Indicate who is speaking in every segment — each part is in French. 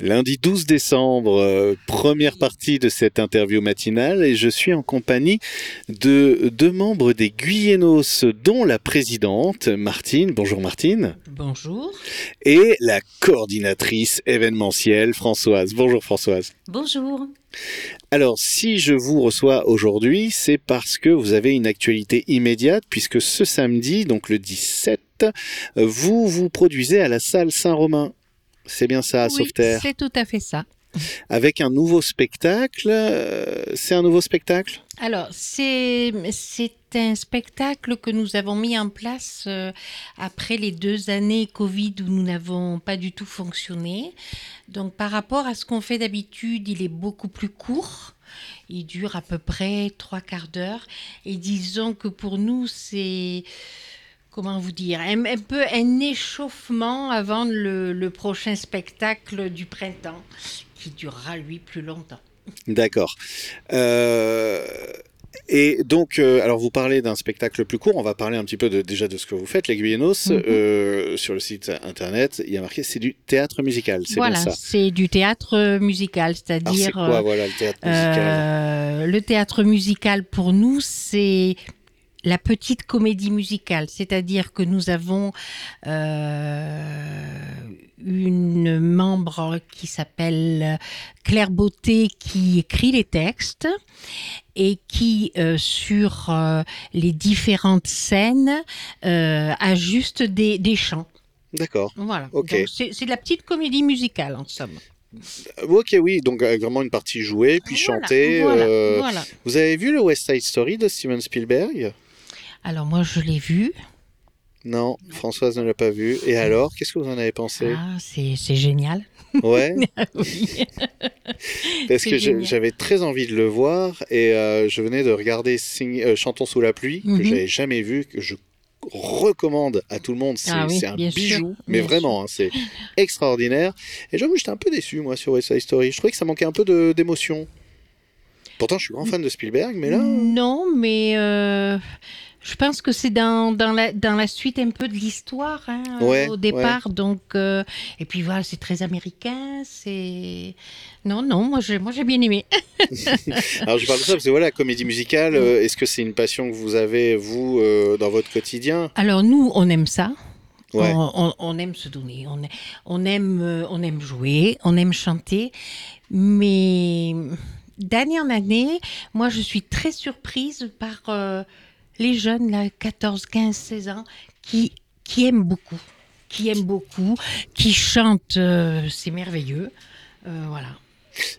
Speaker 1: Lundi 12 décembre, euh, première partie de cette interview matinale et je suis en compagnie de deux membres des Guyénos, dont la présidente Martine, bonjour Martine,
Speaker 2: Bonjour.
Speaker 1: et la coordinatrice événementielle Françoise. Bonjour Françoise.
Speaker 2: Bonjour.
Speaker 1: Alors si je vous reçois aujourd'hui, c'est parce que vous avez une actualité immédiate puisque ce samedi, donc le 17, euh, vous vous produisez à la salle Saint-Romain. C'est bien ça,
Speaker 2: oui,
Speaker 1: Sauveterre
Speaker 2: c'est tout à fait ça.
Speaker 1: avec un nouveau spectacle. euh, C'est un nouveau spectacle
Speaker 2: Alors, c'est c'est un spectacle que nous avons mis en place euh, après les deux années Covid où nous n'avons pas du tout fonctionné. Donc, par rapport à ce qu'on fait d'habitude, il est beaucoup plus court. Il dure à peu près trois quarts d'heure. Et disons que pour nous, c'est... Comment vous dire un, un peu un échauffement avant le- le prochain spectacle du printemps, qui durera, lui, plus longtemps.
Speaker 1: D'accord. Euh, et donc, euh, alors vous parlez d'un spectacle plus court, on va parler un petit peu de, déjà de ce que vous faites, les Guyénos.
Speaker 2: Mhm.
Speaker 1: Euh, sur le site internet, il y a marqué c'est du théâtre musical, c'est
Speaker 2: Voilà,
Speaker 1: bien ça.
Speaker 2: c'est du théâtre euh, musical,
Speaker 1: Alors c'est
Speaker 2: c'est-à-dire
Speaker 1: quoi,
Speaker 2: euh,
Speaker 1: voilà, le théâtre musical
Speaker 2: euh, le théâtre musical pour nous, c'est la petite comédie musicale, c'est-à-dire que nous avons euh, une membre qui s'appelle Claire Beauté qui écrit les textes et qui, euh, sur euh, les différentes scènes, euh, ajuste des, des chants.
Speaker 1: D'accord.
Speaker 2: Voilà.
Speaker 1: Ok.
Speaker 2: Donc, C'est c'est de la petite comédie musicale, en somme.
Speaker 1: Euh, Ok, oui, donc euh, vraiment une partie jouée, puis
Speaker 2: Ah, Voilà,
Speaker 1: chantée.
Speaker 2: voilà,
Speaker 1: euh,
Speaker 2: voilà.
Speaker 1: Vous avez vu le West Side Story de Steven Spielberg
Speaker 2: Alors moi je l'ai vu.
Speaker 1: Non, Françoise ne l'a pas vu. Et alors, qu'est-ce que vous en avez pensé
Speaker 2: Ah, c'est c'est génial.
Speaker 1: Ouais.
Speaker 2: Oui.
Speaker 1: Parce
Speaker 2: C'est
Speaker 1: que j'ai-
Speaker 2: génial.
Speaker 1: j'avais très envie de le voir et euh, je venais de regarder Sing- euh, Chantons sous la pluie, que
Speaker 2: Mhm.
Speaker 1: j'avais jamais vu, que je recommande à tout le monde. C'est
Speaker 2: Ah oui,
Speaker 1: c'est un
Speaker 2: bien
Speaker 1: bijou,
Speaker 2: sûr,
Speaker 1: mais
Speaker 2: bien
Speaker 1: vraiment, hein, c'est extraordinaire. Et j'avoue, j'étais un peu déçu, moi, sur West Side Story. Je trouvais que ça manquait un peu de- d'émotion. Pourtant, je suis grand fan de Spielberg, mais là... hein.
Speaker 2: Mm. Non, mais euh, je pense que c'est dans, dans, la, dans la suite un peu de l'histoire hein,
Speaker 1: Ouais,
Speaker 2: au départ. Donc euh, et puis voilà, c'est très américain. C'est non, non, moi j'ai moi j'ai bien aimé.
Speaker 1: Alors, je parle de ça parce que, voilà, comédie
Speaker 2: Mm.
Speaker 1: musicale, euh, est-ce que c'est une passion que vous avez, vous, euh, dans votre quotidien
Speaker 2: Alors nous on aime ça.
Speaker 1: Ouais.
Speaker 2: On, on- on aime se donner, on, on aime, euh, on aime jouer, on aime chanter, mais d'année en année, moi je suis très surprise par euh, les jeunes, là, 14, 15, 16 ans, qui, qui aiment beaucoup, qui aiment beaucoup, qui chantent, euh, c'est merveilleux. Euh, voilà.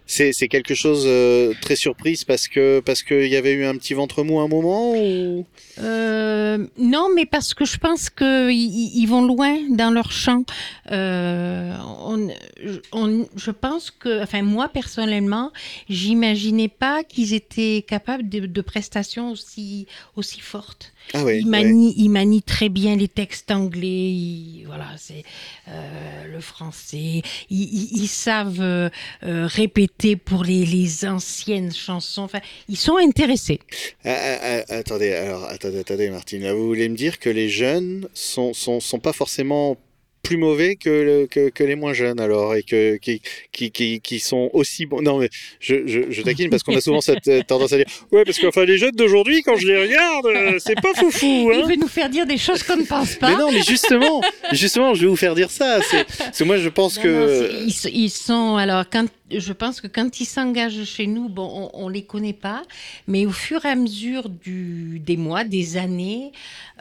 Speaker 1: C'est c'est quelque chose euh, très surprise parce que parce qu'il y avait eu un petit ventre mou à un moment ou...
Speaker 2: Euh, non, mais parce que je pense que i- i- ils vont loin dans leur champ. Euh, on, je- on- je pense que, enfin moi personnellement, j'imaginais pas qu'ils étaient capables de, de prestations aussi aussi fortes.
Speaker 1: Ah ouais,
Speaker 2: ils,
Speaker 1: ouais.
Speaker 2: manient, ils manient très bien les textes anglais. ils- voilà, c'est euh, le français. Ils, ils- ils savent euh, euh, répéter pour les, les anciennes chansons. Enfin, ils sont intéressés.
Speaker 1: Ah, ah, ah, attendez, alors attendez, attendez, Martine, là, vous voulez me dire que les jeunes sont sont, sont pas forcément plus mauvais que, le- que que les moins jeunes alors et que qui qui, qui, qui sont aussi bons. Non mais je, je, je taquine parce qu'on a souvent cette euh, tendance à dire ouais parce qu'enfin les jeunes d'aujourd'hui quand je les regarde euh, c'est pas foufou hein.
Speaker 2: Il veut nous faire dire des choses qu'on ne pense pas.
Speaker 1: Mais non mais justement justement je vais vous faire dire ça c'est parce que moi je pense
Speaker 2: Non,
Speaker 1: que
Speaker 2: non, c'est- ils, s- ils sont alors quand je pense que quand ils s'engagent chez nous, bon, on, on les connaît pas, mais au fur et à mesure du, des mois, des années,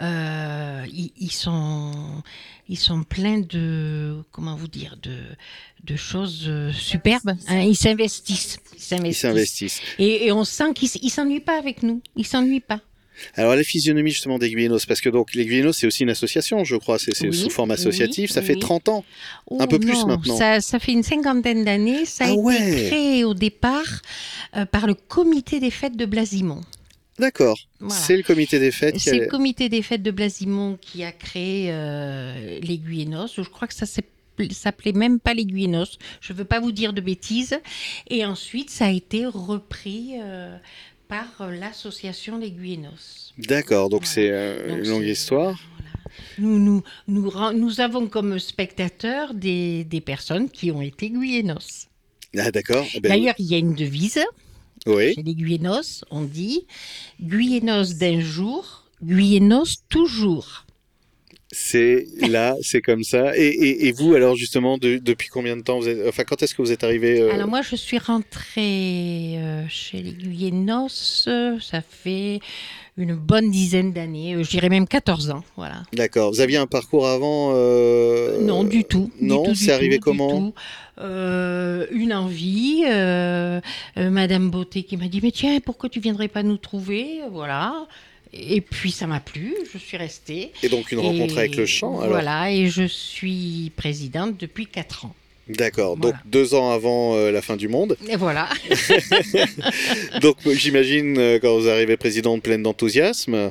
Speaker 2: euh, ils, ils sont ils sont pleins de comment vous dire de de choses euh, superbes. hein, ils s'investissent, ils
Speaker 1: ils
Speaker 2: s'investissent.
Speaker 1: s'investissent.
Speaker 2: Et, et on sent qu'ils s- ils s'ennuient pas avec nous. Ils s'ennuient pas.
Speaker 1: Alors la physionomie justement des Guyénos, parce que donc les Guyénos c'est aussi une association, je crois, c'est c'est
Speaker 2: Oui,
Speaker 1: sous forme associative,
Speaker 2: oui,
Speaker 1: ça fait
Speaker 2: oui.
Speaker 1: 30 ans. Un
Speaker 2: Oh
Speaker 1: peu plus
Speaker 2: non,
Speaker 1: maintenant.
Speaker 2: Ça, ça fait une cinquantaine d'années. Ça a
Speaker 1: Ah
Speaker 2: été
Speaker 1: ouais.
Speaker 2: créé au départ euh, par le comité des fêtes de Blasimont.
Speaker 1: D'accord.
Speaker 2: Voilà.
Speaker 1: C'est le comité des fêtes qui
Speaker 2: C'est
Speaker 1: a...
Speaker 2: le comité des fêtes de Blasimont qui a créé euh, les Guyénos. Je crois que ça s'est- s'appelait même pas les Guyénos. Je ne veux pas vous dire de bêtises. Et ensuite, ça a été repris euh, par euh, l'association Les Guyénos.
Speaker 1: D'accord, donc
Speaker 2: Voilà.
Speaker 1: c'est euh,
Speaker 2: Donc
Speaker 1: une longue
Speaker 2: c'est-
Speaker 1: histoire.
Speaker 2: Voilà. Nous, nous, nous, ren- nous avons comme spectateurs des, des personnes qui ont été Guyenos.
Speaker 1: Ah, d'accord. Eh ben,
Speaker 2: D'ailleurs, il y a une devise
Speaker 1: oui.
Speaker 2: chez les Guyenos, on dit Guyenos d'un jour, Guyenos toujours.
Speaker 1: C'est là, c'est comme ça. Et, et- et vous, alors, justement, de- depuis combien de temps vous êtes. Enfin, quand est-ce que vous êtes arrivé euh,
Speaker 2: Alors moi, je suis rentrée euh, chez les Guyenos, euh, ça fait une bonne dizaine d'années, euh, je dirais même 14 ans, voilà.
Speaker 1: D'accord. Vous aviez un parcours avant euh,
Speaker 2: Non, du tout. du
Speaker 1: non,
Speaker 2: tout, du
Speaker 1: c'est arrivé
Speaker 2: tout, du
Speaker 1: comment
Speaker 2: tout. Euh, Une envie. euh, euh, Madame Beauté qui m'a dit Mais tiens, pourquoi tu viendrais pas nous trouver Voilà. Et puis ça m'a plu, je suis restée.
Speaker 1: Et donc, une
Speaker 2: Et
Speaker 1: rencontre avec le chant, alors.
Speaker 2: Voilà, et je suis présidente depuis 4 ans.
Speaker 1: D'accord.
Speaker 2: Voilà.
Speaker 1: Donc, deux ans avant euh, la fin du monde.
Speaker 2: Et voilà.
Speaker 1: Donc, j'imagine, euh, quand vous arrivez présidente pleine d'enthousiasme.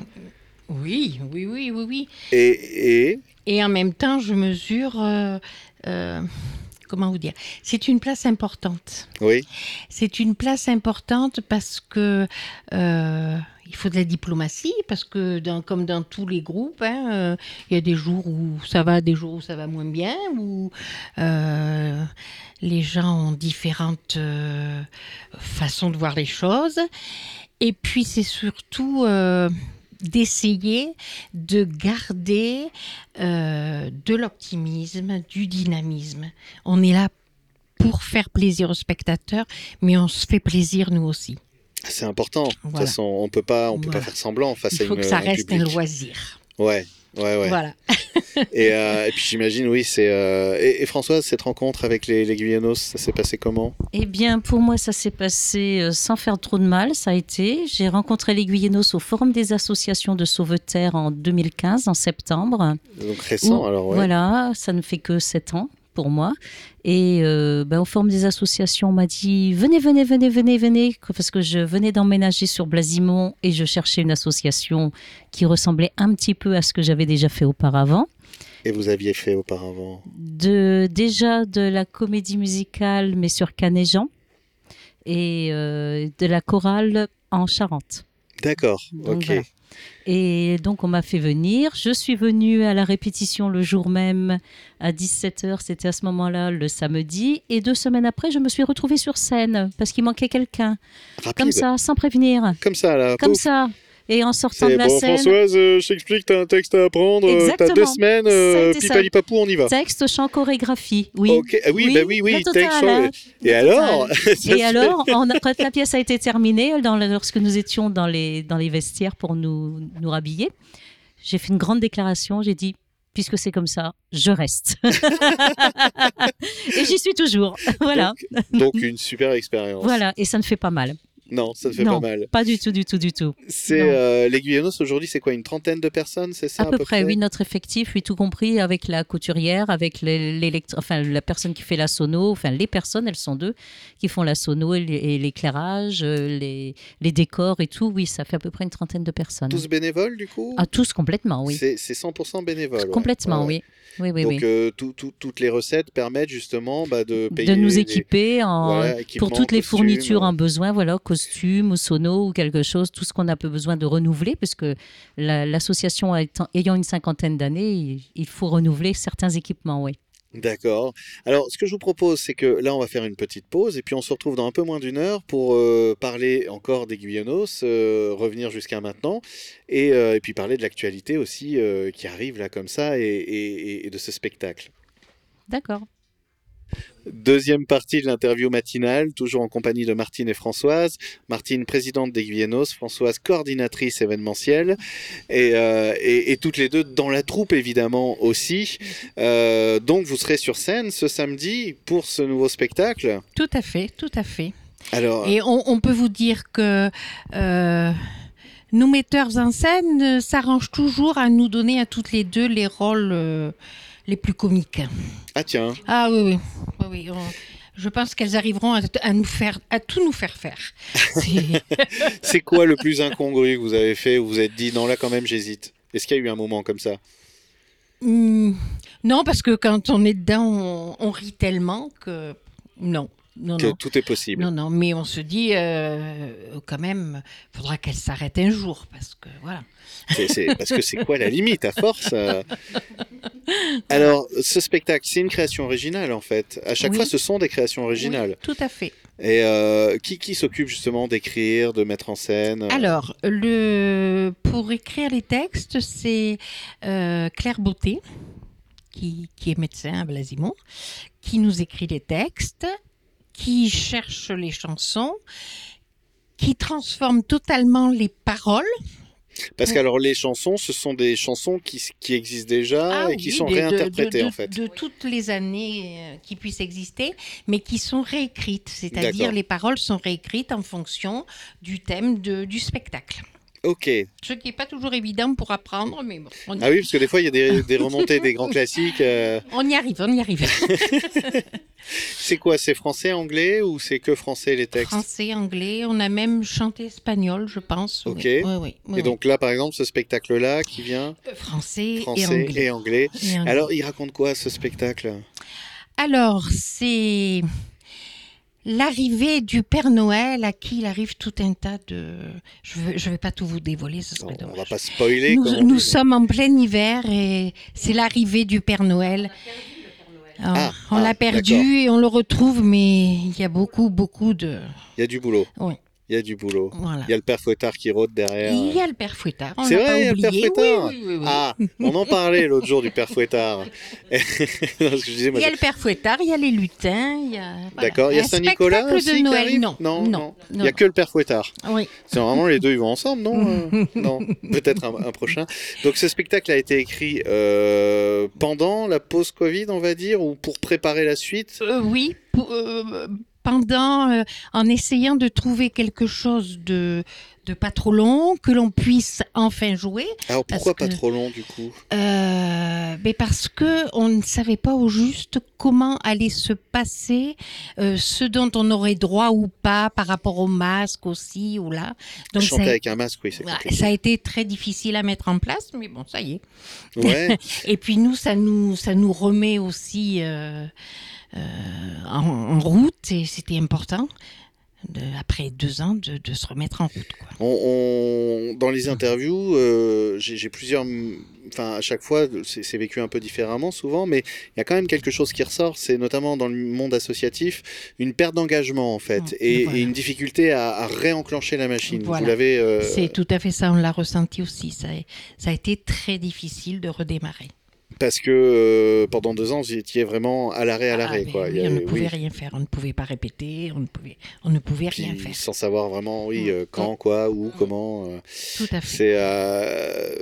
Speaker 2: Oui, oui, oui, oui, oui.
Speaker 1: Et. et...
Speaker 2: Et en même temps, je mesure. euh, euh, comment vous dire C'est une place importante.
Speaker 1: Oui.
Speaker 2: C'est une place importante parce que euh, il faut de la diplomatie, parce que dans, comme dans tous les groupes, hein, euh, il y a des jours où ça va, des jours où ça va moins bien, où euh, les gens ont différentes euh, façons de voir les choses. Et puis c'est surtout euh, d'essayer de garder euh, de l'optimisme, du dynamisme. On est là pour faire plaisir aux spectateurs, mais on se fait plaisir nous aussi.
Speaker 1: C'est important. De toute
Speaker 2: Voilà.
Speaker 1: façon, on peut pas, on peut
Speaker 2: Voilà.
Speaker 1: pas faire semblant face
Speaker 2: Il
Speaker 1: à
Speaker 2: faut
Speaker 1: Ah, une,
Speaker 2: que ça
Speaker 1: un
Speaker 2: reste un
Speaker 1: public.
Speaker 2: loisir.
Speaker 1: Ouais, ouais, ouais.
Speaker 2: Voilà.
Speaker 1: Et, euh, et puis j'imagine, oui, c'est. euh, Et, et Françoise, cette rencontre avec les, les Guyanos, ça s'est passé comment
Speaker 3: Eh bien, pour moi, ça s'est passé euh, sans faire trop de mal, ça a été. J'ai rencontré les Guyenos au Forum des associations de sauveteurs en 2015, en septembre.
Speaker 1: Donc récent,
Speaker 3: Ouh,
Speaker 1: alors Ah ouais.
Speaker 3: Voilà, ça ne fait que sept ans pour moi. Et euh, ben, au Forum des associations, on m'a dit « Venez, venez, venez, venez, venez !» Parce que je venais d'emménager sur Blasimont et je cherchais une association qui ressemblait un petit peu à ce que j'avais déjà fait auparavant.
Speaker 1: Et vous aviez fait auparavant.
Speaker 3: de déjà de la comédie musicale mais sur Canéjan et euh, de la chorale en Charente.
Speaker 1: D'accord,
Speaker 3: Donc,
Speaker 1: ok.
Speaker 3: voilà. Et donc on m'a fait venir, je suis venue à la répétition le jour même à 17h, c'était à ce moment-là le samedi et deux semaines après je me suis retrouvée sur scène parce qu'il manquait quelqu'un
Speaker 1: Rapide.
Speaker 3: comme ça sans prévenir.
Speaker 1: Comme ça, là.
Speaker 3: Comme
Speaker 1: pouf.
Speaker 3: ça et en sortant de
Speaker 1: C'est
Speaker 3: la
Speaker 1: bon,
Speaker 3: scène
Speaker 1: Françoise, euh, je t'explique, t'as un texte à apprendre, euh, t'as
Speaker 3: Exactement.
Speaker 1: deux semaines,
Speaker 3: Ça a
Speaker 1: euh,
Speaker 3: été ça.
Speaker 1: pipalipapou, on y va.
Speaker 3: texte chant chorégraphie. Oui.
Speaker 1: Ok, ah oui, bah oui, oui,
Speaker 3: la
Speaker 1: texte.
Speaker 3: totale, hein.
Speaker 1: Et
Speaker 3: La
Speaker 1: alors ça
Speaker 3: Et euh,
Speaker 1: se-
Speaker 3: alors, on a- quand la pièce a été terminée, dans le- lorsque nous étions dans les, dans les vestiaires pour nous, nous rhabiller, j'ai fait une grande déclaration. J'ai dit, puisque c'est comme ça, je reste. et j'y suis toujours. Voilà.
Speaker 1: Donc une super expérience.
Speaker 3: Voilà. Et ça ne fait pas mal.
Speaker 1: Non, ça ne fait
Speaker 3: Non.
Speaker 1: pas mal.
Speaker 3: Pas du tout, du tout, du tout.
Speaker 1: C'est
Speaker 3: Non.
Speaker 1: euh, les Guyanos aujourd'hui, c'est quoi Une trentaine de personnes, c'est ça
Speaker 3: À peu, près, oui, notre effectif, oui, tout compris, avec la couturière, avec les- l'électro, enfin, la personne qui fait la sono, enfin, les personnes, elles sont deux, qui font la sono et l- et l'éclairage, euh, les, les décors et tout, oui, ça fait à peu près une trentaine de personnes.
Speaker 1: Tous bénévoles, du coup
Speaker 3: Ah, tous complètement, oui.
Speaker 1: C'est c'est 100% bénévole. ouais.
Speaker 3: Complètement,
Speaker 1: Ouais, ouais.
Speaker 3: oui. Oui, oui,
Speaker 1: Donc,
Speaker 3: oui.
Speaker 1: euh, tout- tout- toutes les recettes permettent justement bah, de payer.
Speaker 3: de nous
Speaker 1: les-
Speaker 3: équiper en,
Speaker 1: voilà,
Speaker 3: pour
Speaker 1: équipements,
Speaker 3: toutes
Speaker 1: costumes,
Speaker 3: les
Speaker 1: hein.
Speaker 3: fournitures hein.
Speaker 1: ouais.
Speaker 3: en besoin, voilà, costumes ou sonos ou quelque chose, tout ce qu'on a peu besoin de renouveler, parce que la- l'association étant- ayant une cinquantaine d'années, il, il faut renouveler certains équipements, oui.
Speaker 1: D'accord. Alors, ce que je vous propose, c'est que là, on va faire une petite pause et puis on se retrouve dans un peu moins d'une heure pour euh, parler encore des Guyanos, euh, revenir jusqu'à maintenant et, euh, et puis parler de l'actualité aussi euh, qui arrive là comme ça et- et- et de ce spectacle.
Speaker 3: D'accord.
Speaker 1: Deuxième partie de l'interview matinale, toujours en compagnie de Martine et Françoise. Martine, présidente des Guyanos, Françoise, coordinatrice événementielle, et, euh, et- et toutes les deux dans la troupe, évidemment, aussi. Euh, donc, vous serez sur scène ce samedi pour ce nouveau spectacle.
Speaker 2: Tout à fait, tout à fait.
Speaker 1: Alors,
Speaker 2: Et on, on peut vous dire que euh, nous metteurs en scène euh, s'arrangent toujours à nous donner à toutes les deux les rôles euh, les plus comiques.
Speaker 1: ah tiens,
Speaker 2: Ah oui, oui. Oui, oui, on- Je pense qu'elles arriveront à, à nous faire, à tout nous faire faire. C'est-
Speaker 1: c'est quoi le plus incongru que vous avez fait où vous vous êtes dit, non, là, quand même, j'hésite Est-ce qu'il y a eu un moment comme ça
Speaker 2: Hmm, non, parce que quand on est dedans, on, on rit tellement que non. non,
Speaker 1: que
Speaker 2: non.
Speaker 1: tout est possible.
Speaker 2: Non, non, mais on se dit euh, quand même, faudra qu'elle s'arrête un jour parce que voilà.
Speaker 1: C'est- c'est- parce que c'est quoi la limite à force euh Alors, ce spectacle, c'est une création originale en fait. À chaque
Speaker 2: Oui.
Speaker 1: fois, ce sont des créations originales.
Speaker 2: Oui, tout à fait.
Speaker 1: Et euh, qui, qui s'occupe justement d'écrire, de mettre en scène euh,
Speaker 2: Alors, le... pour écrire les textes, c'est euh, Claire Beauté, qui, qui est médecin à Blasimont, qui nous écrit les textes, qui cherche les chansons, qui transforme totalement les paroles.
Speaker 1: Parce que alors, les chansons, ce sont des chansons qui, s- qui existent déjà
Speaker 2: Ah
Speaker 1: et qui
Speaker 2: oui,
Speaker 1: sont
Speaker 2: de- de-
Speaker 1: réinterprétées
Speaker 2: de-
Speaker 1: en fait.
Speaker 2: De toutes les années euh, qui puissent exister, mais qui sont réécrites. C'est-à-dire
Speaker 1: D'accord.
Speaker 2: les paroles sont réécrites en fonction du thème de- du spectacle.
Speaker 1: Ok.
Speaker 2: Ce qui n'est pas toujours évident pour apprendre, mais bon, on, y-
Speaker 1: Ah oui, parce que des fois, il y a des, des remontées des grands classiques. euh,
Speaker 2: on y arrive, on y arrive.
Speaker 1: C'est quoi C'est français, anglais ou c'est que français les textes
Speaker 2: Français, anglais, on a même chanté espagnol, je pense. oui.
Speaker 1: Ok.
Speaker 2: Oui, oui, oui,
Speaker 1: Et donc là, par exemple, ce spectacle-là qui vient
Speaker 2: oui. français,
Speaker 1: français
Speaker 2: et anglais.
Speaker 1: Et anglais.
Speaker 2: Et anglais.
Speaker 1: Alors, il raconte quoi ce spectacle
Speaker 2: Alors, c'est l'arrivée du Père Noël à qui il arrive tout un tas de... Je ne vais, je vais pas tout vous dévoiler, ce serait
Speaker 1: On on
Speaker 2: dommage.
Speaker 1: va pas spoiler.
Speaker 2: Nous,
Speaker 1: comme on
Speaker 2: nous
Speaker 1: dit.
Speaker 2: sommes en plein hiver et c'est l'arrivée du Père Noël. Alors,
Speaker 1: Ah,
Speaker 2: on
Speaker 1: ah,
Speaker 2: l'a
Speaker 1: d'accord.
Speaker 2: perdu et on le retrouve, mais il y a beaucoup, beaucoup de...
Speaker 1: Il y a du boulot.
Speaker 2: Oui.
Speaker 1: Il y a du boulot.
Speaker 2: Voilà.
Speaker 1: Il y a le père Fouettard qui rôde derrière.
Speaker 2: Il y a le Père Fouettard, on
Speaker 1: C'est
Speaker 2: l'a pas
Speaker 1: vrai, il y a le Père
Speaker 2: oublié. Oui,
Speaker 1: Fouettard.
Speaker 2: oui, oui, oui.
Speaker 1: Ah, on en parlait l'autre jour du père Fouettard. Non, parce que je disais, moi,
Speaker 2: Il y a
Speaker 1: je-
Speaker 2: le Père Fouettard, il y a les lutins, il y a. voilà.
Speaker 1: D'accord, il y a
Speaker 2: Un
Speaker 1: Saint-Nicolas
Speaker 2: spectacle
Speaker 1: aussi
Speaker 2: de
Speaker 1: qui
Speaker 2: Noël,
Speaker 1: arrive
Speaker 2: non.
Speaker 1: Non, non.
Speaker 2: non.
Speaker 1: Il n'y a que le père Fouettard.
Speaker 2: non. Oui,
Speaker 1: C'est vraiment les deux, ils vont ensemble, non euh, Non, peut-être un, un prochain. Donc ce spectacle a été écrit euh, pendant la pause Covid, on va dire, ou pour préparer la suite.
Speaker 2: Euh, oui. pour- euh, pendant, euh, en essayant de trouver quelque chose de, de pas trop long, que l'on puisse enfin jouer,
Speaker 1: Alors pourquoi
Speaker 2: Parce
Speaker 1: pas
Speaker 2: que-
Speaker 1: trop long du coup
Speaker 2: euh, mais parce que on ne savait pas au juste comment allait se passer euh, ce dont on aurait droit ou pas par rapport au masque aussi ou là. Donc ça,
Speaker 1: Chanter avec un masque, oui, c'est
Speaker 2: voilà,
Speaker 1: compliqué.
Speaker 2: ça a été très difficile à mettre en place, mais bon, ça y est.
Speaker 1: Ouais,
Speaker 2: Et puis nous, ça nous, ça nous remet aussi euh, euh, en, en route et c'était important. de- après deux ans, de, de se remettre en route. Quoi.
Speaker 1: on, on- dans les interviews, euh, j'ai j'ai plusieurs... Enfin, à chaque fois, c'est c'est vécu un peu différemment souvent, mais il y a quand même quelque chose qui ressort, c'est notamment dans le monde associatif, une perte d'engagement en fait,
Speaker 2: Mm,
Speaker 1: et,
Speaker 2: voilà.
Speaker 1: et une difficulté à, à réenclencher la machine.
Speaker 2: Voilà.
Speaker 1: Vous l'avez... euh,
Speaker 2: C'est tout à fait ça, on l'a ressenti aussi. Ça, a- ça a été très difficile de redémarrer.
Speaker 1: Parce que euh, pendant deux ans, vous étiez vraiment à l'arrêt, à l'arrêt.
Speaker 2: Ah,
Speaker 1: quoi. Il y
Speaker 2: mais oui, on ne
Speaker 1: avait-
Speaker 2: pouvait
Speaker 1: oui.
Speaker 2: rien faire, on ne pouvait pas répéter, on ne pouvait, on ne pouvait rien
Speaker 1: Puis
Speaker 2: faire.
Speaker 1: sans savoir vraiment oui,
Speaker 2: Mm.
Speaker 1: euh, quand, quoi, où, comment. euh,
Speaker 2: Tout à fait.
Speaker 1: c'est euh,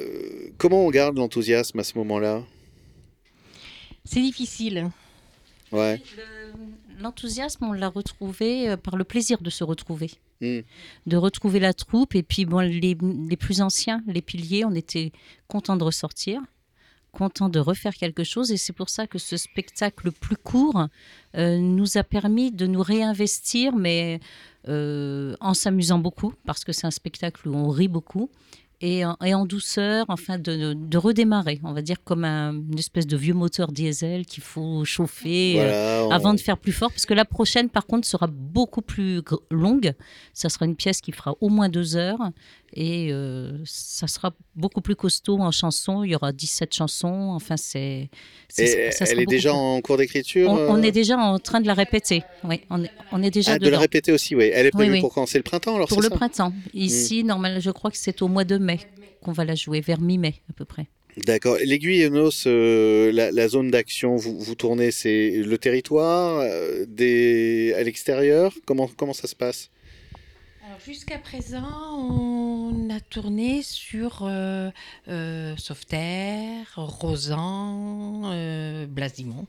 Speaker 1: Comment on garde l'enthousiasme à ce moment-là
Speaker 2: C'est difficile.
Speaker 1: ouais.
Speaker 3: Le- L'enthousiasme, on l'a retrouvé euh, par le plaisir de se retrouver,
Speaker 1: Mm.
Speaker 3: de retrouver la troupe. Et puis, bon, les, les plus anciens, les piliers, on était contents de ressortir, contents de refaire quelque chose. Et c'est pour ça que ce spectacle plus court euh, nous a permis de nous réinvestir, mais euh, en s'amusant beaucoup, parce que c'est un spectacle où on rit beaucoup. Et en, et en douceur, enfin, de, de redémarrer, on va dire comme un- une espèce de vieux moteur diesel qu'il faut chauffer. euh,
Speaker 1: Voilà, on-
Speaker 3: avant de faire plus fort, parce que la prochaine, par contre, sera beaucoup plus gr- longue. Ça sera une pièce qui fera au moins deux heures et euh, ça sera beaucoup plus costaud en chansons. Il y aura 17 chansons. Enfin, c'est.
Speaker 1: Et
Speaker 3: c'est- ça sera
Speaker 1: elle est
Speaker 3: beaucoup
Speaker 1: déjà
Speaker 3: plus-
Speaker 1: en cours d'écriture
Speaker 3: On, on
Speaker 1: euh
Speaker 3: est déjà en train de la répéter. Oui, on est, on est déjà
Speaker 1: Ah, de
Speaker 3: dedans.
Speaker 1: la répéter aussi, oui. Elle est prévue
Speaker 3: oui.
Speaker 1: pour quand C'est le printemps alors
Speaker 3: Pour
Speaker 1: c'est ça
Speaker 3: le
Speaker 1: Hmm.
Speaker 3: printemps. Ici, normal, je crois que c'est au mois de mai qu'on va la jouer, vers mi-mai à peu près.
Speaker 1: D'accord. L'aiguille et Nos, euh, la, la zone d'action, vous, vous tournez, c'est le territoire, euh, des... à l'extérieur comment, comment ça se passe
Speaker 2: Alors, Jusqu'à présent, on a tourné sur euh, euh, Sauveterre, Rosan, euh, Blasimont.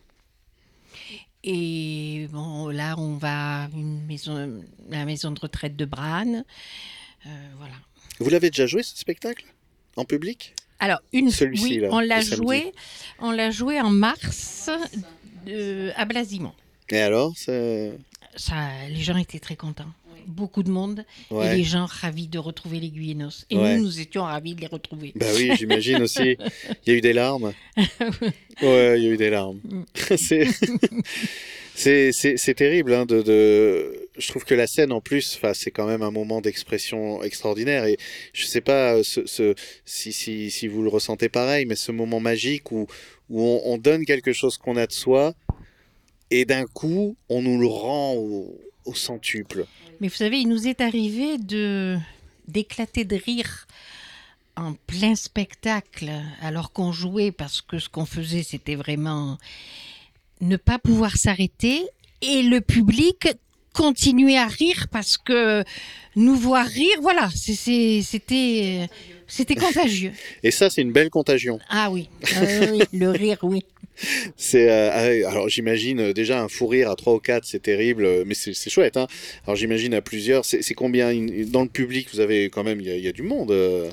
Speaker 2: Et bon, là, on va à une maison, à la maison de retraite de Branne. Euh, voilà.
Speaker 1: Vous l'avez déjà joué ce spectacle En public
Speaker 2: Alors, une,
Speaker 1: Celui-ci,
Speaker 2: oui,
Speaker 1: là,
Speaker 2: on l'a
Speaker 1: le samedi.
Speaker 2: joué, on l'a joué en mars euh, à Blasimont.
Speaker 1: Et alors c'est-
Speaker 2: Ça, les gens étaient très contents. Beaucoup de monde et
Speaker 1: ouais.
Speaker 2: les gens ravis de retrouver les Guyénos. Et
Speaker 1: Ouais.
Speaker 2: nous, nous étions ravis de les retrouver.
Speaker 1: Bah oui, j'imagine aussi. Il y a eu des larmes. Ouais, il y a eu des larmes.
Speaker 2: Mm.
Speaker 1: C'est- C'est, c'est, c'est terrible. Hein, de, de... Je trouve que la scène, en plus, enfin, c'est quand même un moment d'expression extraordinaire. Et je sais pas euh, ce, ce- si, si, si vous le ressentez pareil, mais ce moment magique où, où on, on donne quelque chose qu'on a de soi et d'un coup, on nous le rend au, au centuple.
Speaker 2: Mais vous savez, il nous est arrivé de d'éclater de rire en plein spectacle, alors qu'on jouait, parce que ce qu'on faisait, c'était vraiment ne pas pouvoir s'arrêter, et le public continuer à rire parce que nous voir rire, voilà, c'est- c'est- c'était c'était contagieux.
Speaker 1: Et ça, c'est une belle contagion.
Speaker 2: Ah oui, Ah oui, oui, le rire, oui.
Speaker 1: C'est euh, ah oui, alors j'imagine euh, déjà un fou rire à 3 ou 4, c'est terrible, euh, mais c'est c'est chouette. Hein alors j'imagine à plusieurs, c'est c'est combien une- une- dans le public Vous avez quand même, il y, a- il y a du monde. euh.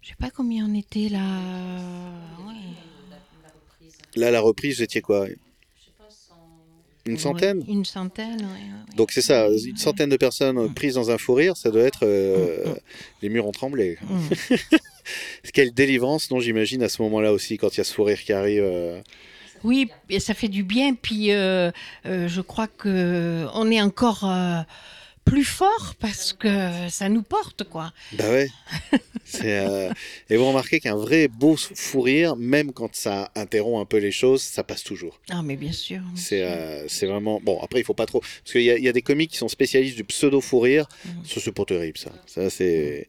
Speaker 2: Je sais pas combien on était là. Ouais.
Speaker 1: Là, la reprise, vous étiez quoi Une centaine
Speaker 2: Ouais, Une centaine, ouais, ouais, ouais.
Speaker 1: Donc c'est ça, une centaine de personnes euh, prises dans un fou rire, ça doit être euh, les murs ont tremblé.
Speaker 2: Mm.
Speaker 1: Quelle délivrance, non J'imagine à ce moment-là aussi quand il y a ce fou rire qui arrive. euh.
Speaker 2: Oui, et ça fait du bien. Puis euh, euh, je crois que on est encore euh, plus fort parce que ça nous porte, quoi.
Speaker 1: Bah ouais. C'est, euh, Et vous remarquez qu'un vrai beau fou rire, même quand ça interrompt un peu les choses, ça passe toujours.
Speaker 2: Ah, mais bien sûr.
Speaker 1: C'est euh, c'est vraiment. Bon, après, il faut pas trop. Parce qu'il y, a- il y a des comiques qui sont spécialistes du pseudo-fou rire.
Speaker 2: Mhm.
Speaker 1: Ça, c'est pas terrible, ça. ça c'est...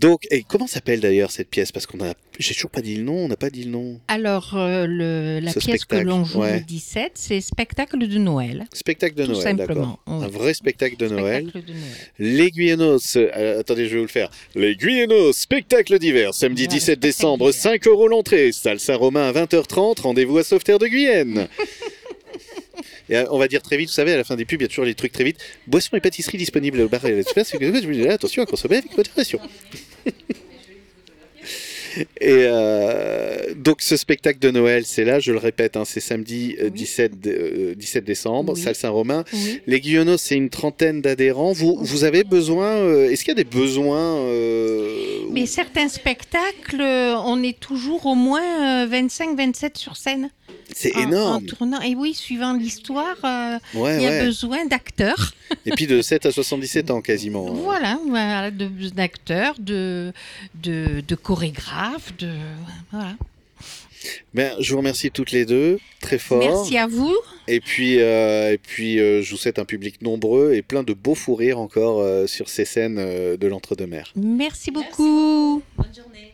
Speaker 1: Donc, et comment s'appelle d'ailleurs cette pièce Parce qu'on a. J'ai toujours pas dit le nom, on n'a pas dit le nom.
Speaker 2: Alors, euh, le- la
Speaker 1: Ce
Speaker 2: pièce que
Speaker 1: spectacle,
Speaker 2: l'on joue
Speaker 1: ouais.
Speaker 2: le 17, c'est spectacle de Noël,
Speaker 1: Spectacle de
Speaker 2: tout
Speaker 1: Noël, d'accord.
Speaker 2: simplement. Oui,
Speaker 1: Un vrai spectacle de Noël.
Speaker 2: spectacle de Noël.
Speaker 1: L'Aiguillenos. euh, attendez, je vais vous le faire. L'Aiguillenos, spectacle d'hiver, samedi
Speaker 2: Voilà,
Speaker 1: 17
Speaker 2: spectacle
Speaker 1: décembre,
Speaker 2: d'hiver.
Speaker 1: 5 euros l'entrée. Salle Saint-Romain à 20h30, rendez-vous à Sauveterre de Guyenne. Et euh, on va dire très vite, vous savez, à la fin des pubs, il y a toujours les trucs très vite. Boissons et pâtisseries disponibles au bar et à l'espace. Attention à consommer avec modération. Et euh, donc ce spectacle de Noël, c'est là, je le répète, hein, c'est samedi euh,
Speaker 2: Oui.
Speaker 1: 17, dé- euh, 17 décembre,
Speaker 2: Oui.
Speaker 1: salle Saint-Romain.
Speaker 2: Oui.
Speaker 1: Les Guillonneaux, c'est une trentaine d'adhérents. Vous, vous avez besoin. euh, Est-ce qu'il y a des besoins euh,
Speaker 2: Mais certains spectacles, euh, on est toujours au moins 25-27 sur scène.
Speaker 1: C'est
Speaker 2: en- En
Speaker 1: énorme.
Speaker 2: tournant. Et oui, suivant l'histoire, euh,
Speaker 1: Ouais,
Speaker 2: il y a
Speaker 1: ouais.
Speaker 2: besoin d'acteurs.
Speaker 1: Et puis de 7 à 77 ans quasiment. hein.
Speaker 2: Voilà, voilà de- d'acteurs, de, de, de chorégraphes, de voilà.
Speaker 1: Ben, je vous remercie toutes les deux, très fort.
Speaker 2: Merci à vous.
Speaker 1: Et puis, euh, et puis euh, je vous souhaite un public nombreux et plein de beaux fous rires encore euh, sur ces scènes euh, de l'entre-deux-mers.
Speaker 2: Merci beaucoup.
Speaker 3: Bonne journée.